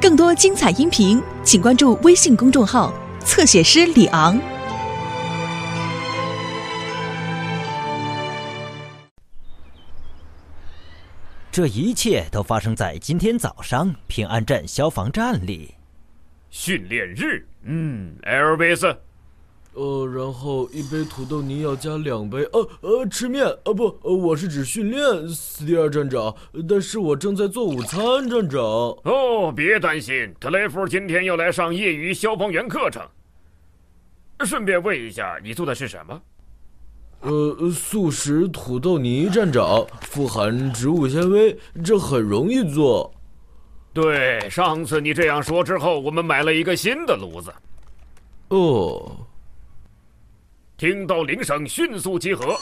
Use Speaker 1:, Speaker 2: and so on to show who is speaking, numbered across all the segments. Speaker 1: 更多精彩音频，请关注微信公众号“侧写师李昂
Speaker 2: 这一切都发生在今天早上平安镇消防站里。
Speaker 3: 训练日，嗯，Elvis，
Speaker 4: 呃，然后一杯土豆泥要加两杯，呃呃，吃面，呃不，呃我是指训练，斯蒂尔站长，但是我正在做午餐，站长。
Speaker 3: 哦，别担心，特雷弗今天要来上业余消防员课程。顺便问一下，你做的是什么？
Speaker 4: 呃，素食土豆泥，站长，富含植物纤维，这很容易做。
Speaker 3: 对，上次你这样说之后，我们买了一个新的炉子。
Speaker 4: 哦，
Speaker 3: 听到铃声，迅速集合。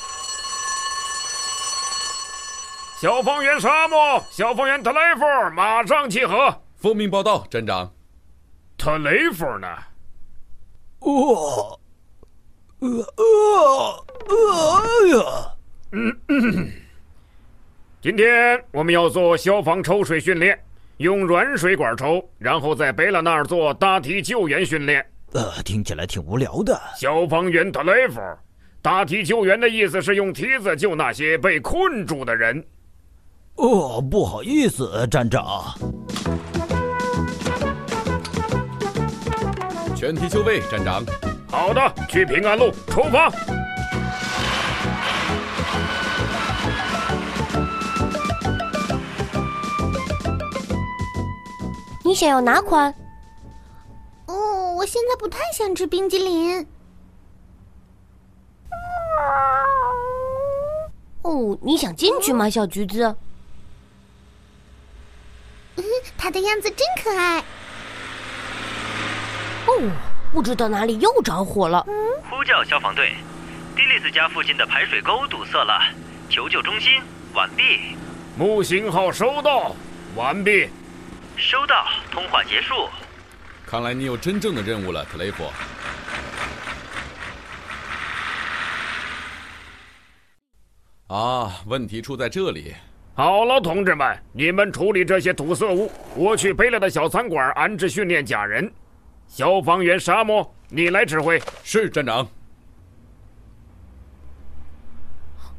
Speaker 3: 消防员沙漠，消防员特雷弗，马上集合。
Speaker 5: 奉命报道，站长。
Speaker 3: 特雷弗呢？
Speaker 6: 哦，呃呃呃呀！
Speaker 3: 今天我们要做消防抽水训练，用软水管抽，然后在贝拉那儿做搭梯救援训练。
Speaker 2: 呃，听起来挺无聊的。
Speaker 3: 消防员特雷弗，搭梯救援的意思是用梯子救那些被困住的人。
Speaker 2: 哦，不好意思，站长。
Speaker 5: 全体就位，站长。
Speaker 3: 好的，去平安路出发。
Speaker 7: 你想要哪款？
Speaker 8: 哦，我现在不太想吃冰激凌。
Speaker 7: 哦，你想进去吗，小橘子？
Speaker 8: 嗯，它的样子真可爱。
Speaker 7: 哦，不知道哪里又着火了。
Speaker 9: 呼叫消防队，迪丽斯家附近的排水沟堵塞了，求救中心完毕。
Speaker 3: 木星号收到，完毕。
Speaker 9: 收到，通话结束。
Speaker 5: 看来你有真正的任务了，特雷弗。啊，问题出在这里。
Speaker 3: 好了，同志们，你们处理这些堵塞物，我去贝勒的小餐馆安置训练假人。消防员沙漠，你来指挥。
Speaker 5: 是站长。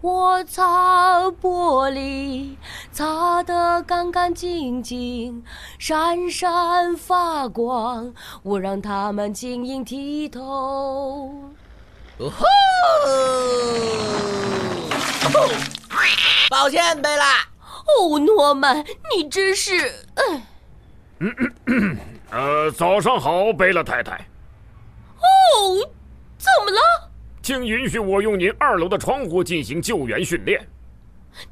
Speaker 10: 我擦玻璃，擦得干干净净，闪闪发光，我让它们晶莹剔透。
Speaker 6: 哦吼！哦抱歉，贝拉。
Speaker 10: 哦，诺曼，你真是……哎，
Speaker 3: 呃，早上好，贝勒太太，
Speaker 10: 哦，怎么了？
Speaker 3: 请允许我用您二楼的窗户进行救援训练。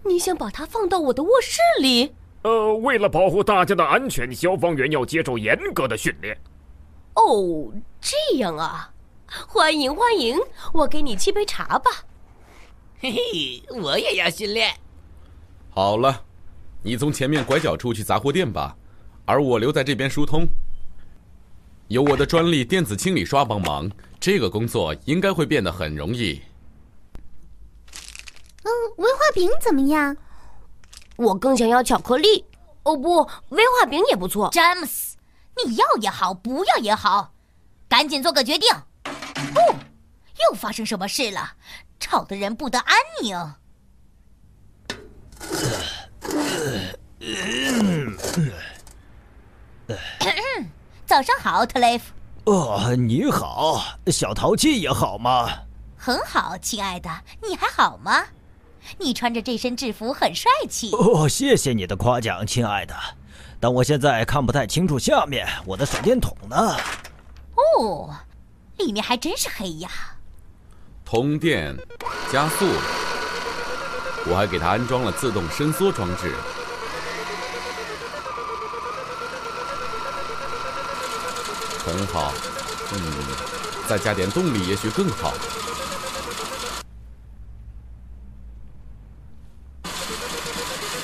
Speaker 10: 你想把它放到我的卧室里？
Speaker 3: 呃，为了保护大家的安全，消防员要接受严格的训练。
Speaker 10: 哦，这样啊，欢迎欢迎，我给你沏杯茶吧。
Speaker 6: 嘿嘿，我也要训练。
Speaker 5: 好了，你从前面拐角处去杂货店吧，而我留在这边疏通。有我的专利电子清理刷帮忙，这个工作应该会变得很容易。
Speaker 8: 嗯，威化饼怎么样？
Speaker 7: 我更想要巧克力。哦不，威化饼也不错。
Speaker 11: 詹姆斯，你要也好，不要也好，赶紧做个决定。哦，又发生什么事了？吵得人不得安 宁。早上好，特雷弗。
Speaker 2: 哦，你好，小淘气也好嘛。
Speaker 11: 很好，亲爱的，你还好吗？你穿着这身制服很帅气。
Speaker 2: 哦，谢谢你的夸奖，亲爱的。但我现在看不太清楚下面，我的手电筒呢？
Speaker 11: 哦，里面还真是黑呀。
Speaker 5: 通电，加速。我还给它安装了自动伸缩装置。很好，嗯，再加点动力也许更好。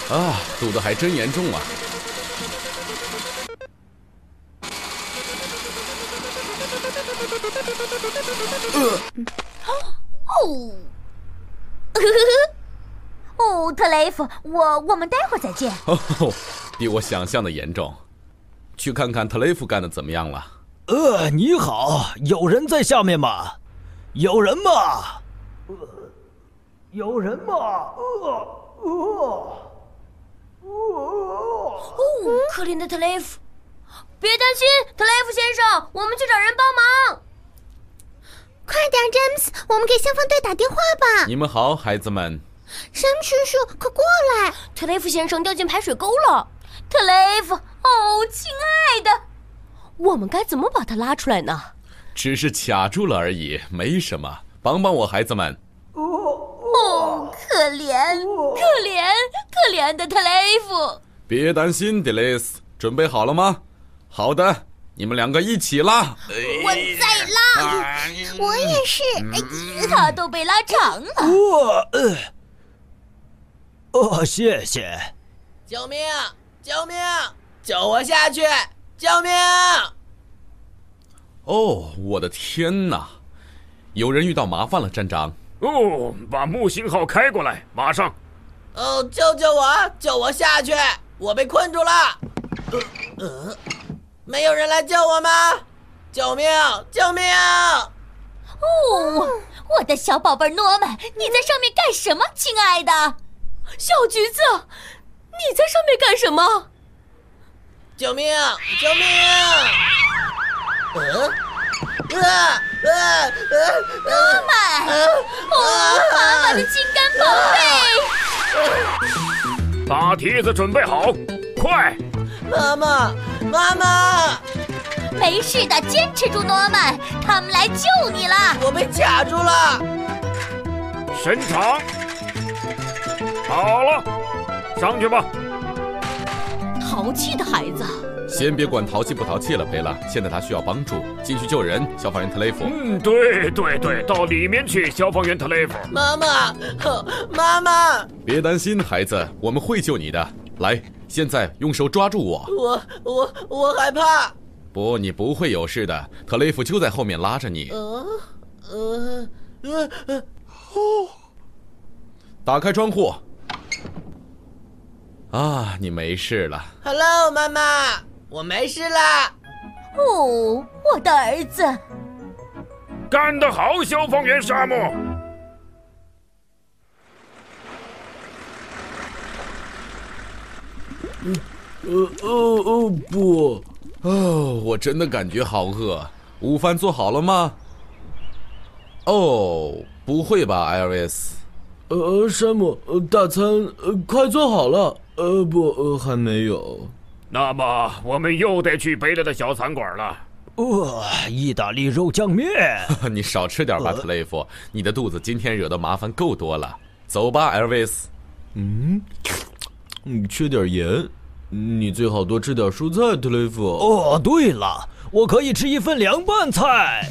Speaker 5: 啊，堵得还真严重啊！
Speaker 11: 哦，哦，特雷弗，我我们待会儿再见。
Speaker 5: 哦，比我想象的严重。去看看特雷弗干的怎么样了。
Speaker 2: 呃，你好，有人在下面吗？有人吗？呃，有人吗？呃呃
Speaker 10: 哦，可怜的特雷弗，别担心，特雷弗先生，我们去找人帮忙。
Speaker 8: 快点詹姆斯，我们给消防队打电话吧。
Speaker 5: 你们好，孩子们。
Speaker 8: 山姆叔叔，快过来！
Speaker 10: 特雷弗先生掉进排水沟了。特雷弗，哦，亲爱的，我们该怎么把他拉出来呢？
Speaker 5: 只是卡住了而已，没什么。帮帮我，孩子们。
Speaker 11: 哦，可怜，
Speaker 10: 可怜，可怜的特雷弗。
Speaker 5: 别担心，Delis，准备好了吗？好的，你们两个一起拉。
Speaker 11: 我在拉，
Speaker 8: 我也是。
Speaker 11: 哎他都被拉长了。
Speaker 2: 哇，呃，哦，谢谢。
Speaker 6: 救命！救命！救我下去！救命！
Speaker 5: 哦，我的天哪！有人遇到麻烦了，站长。
Speaker 3: 哦，把木星号开过来，马上！
Speaker 6: 哦，救救我！救我下去！我被困住了。呃，没有人来救我吗？救命！救命！
Speaker 11: 哦，我的小宝贝儿诺曼，你在上面干什么，亲爱的？
Speaker 10: 小橘子，你在上面干什么？
Speaker 6: 救命！救命！嗯、呃，啊啊啊！
Speaker 11: 诺曼，哦，
Speaker 6: 呃
Speaker 11: 妈妈的心肝宝贝，
Speaker 3: 把梯子准备好，快！
Speaker 6: 妈妈，妈妈，
Speaker 11: 没事的，坚持住，诺曼，他们来救你了。
Speaker 6: 我被卡住了。
Speaker 3: 伸长。好了，上去吧。
Speaker 10: 淘气的孩子，
Speaker 5: 先别管淘气不淘气了，贝拉，现在他需要帮助，进去救人。消防员特雷弗，
Speaker 3: 嗯，对对对，到里面去，消防员特雷弗。
Speaker 6: 妈妈，呵妈妈，
Speaker 5: 别担心，孩子，我们会救你的。来，现在用手抓住我。
Speaker 6: 我我我害怕。
Speaker 5: 不，你不会有事的，特雷弗就在后面拉着你。
Speaker 6: 呃呃呃呃，
Speaker 5: 打开窗户。啊，你没事了。
Speaker 6: Hello，妈妈，我没事啦。
Speaker 11: 哦，我的儿子，
Speaker 3: 干得好，消防员沙漠。
Speaker 4: 呃哦哦不，
Speaker 5: 哦，我真的感觉好饿。午饭做好了吗？哦，不会吧，艾瑞斯？
Speaker 4: 呃，山姆，呃，大餐呃快做好了，呃不，呃还没有。
Speaker 3: 那么我们又得去贝勒的小餐馆了。
Speaker 2: 呃，意大利肉酱面。
Speaker 5: 你少吃点吧，特雷弗。你的肚子今天惹的麻烦够多了。走吧，艾瑞斯。
Speaker 4: 嗯，你嗯缺点盐，嗯你最好多吃点蔬菜，特雷弗。哦
Speaker 2: 哦，对了，我可以吃一份凉拌菜。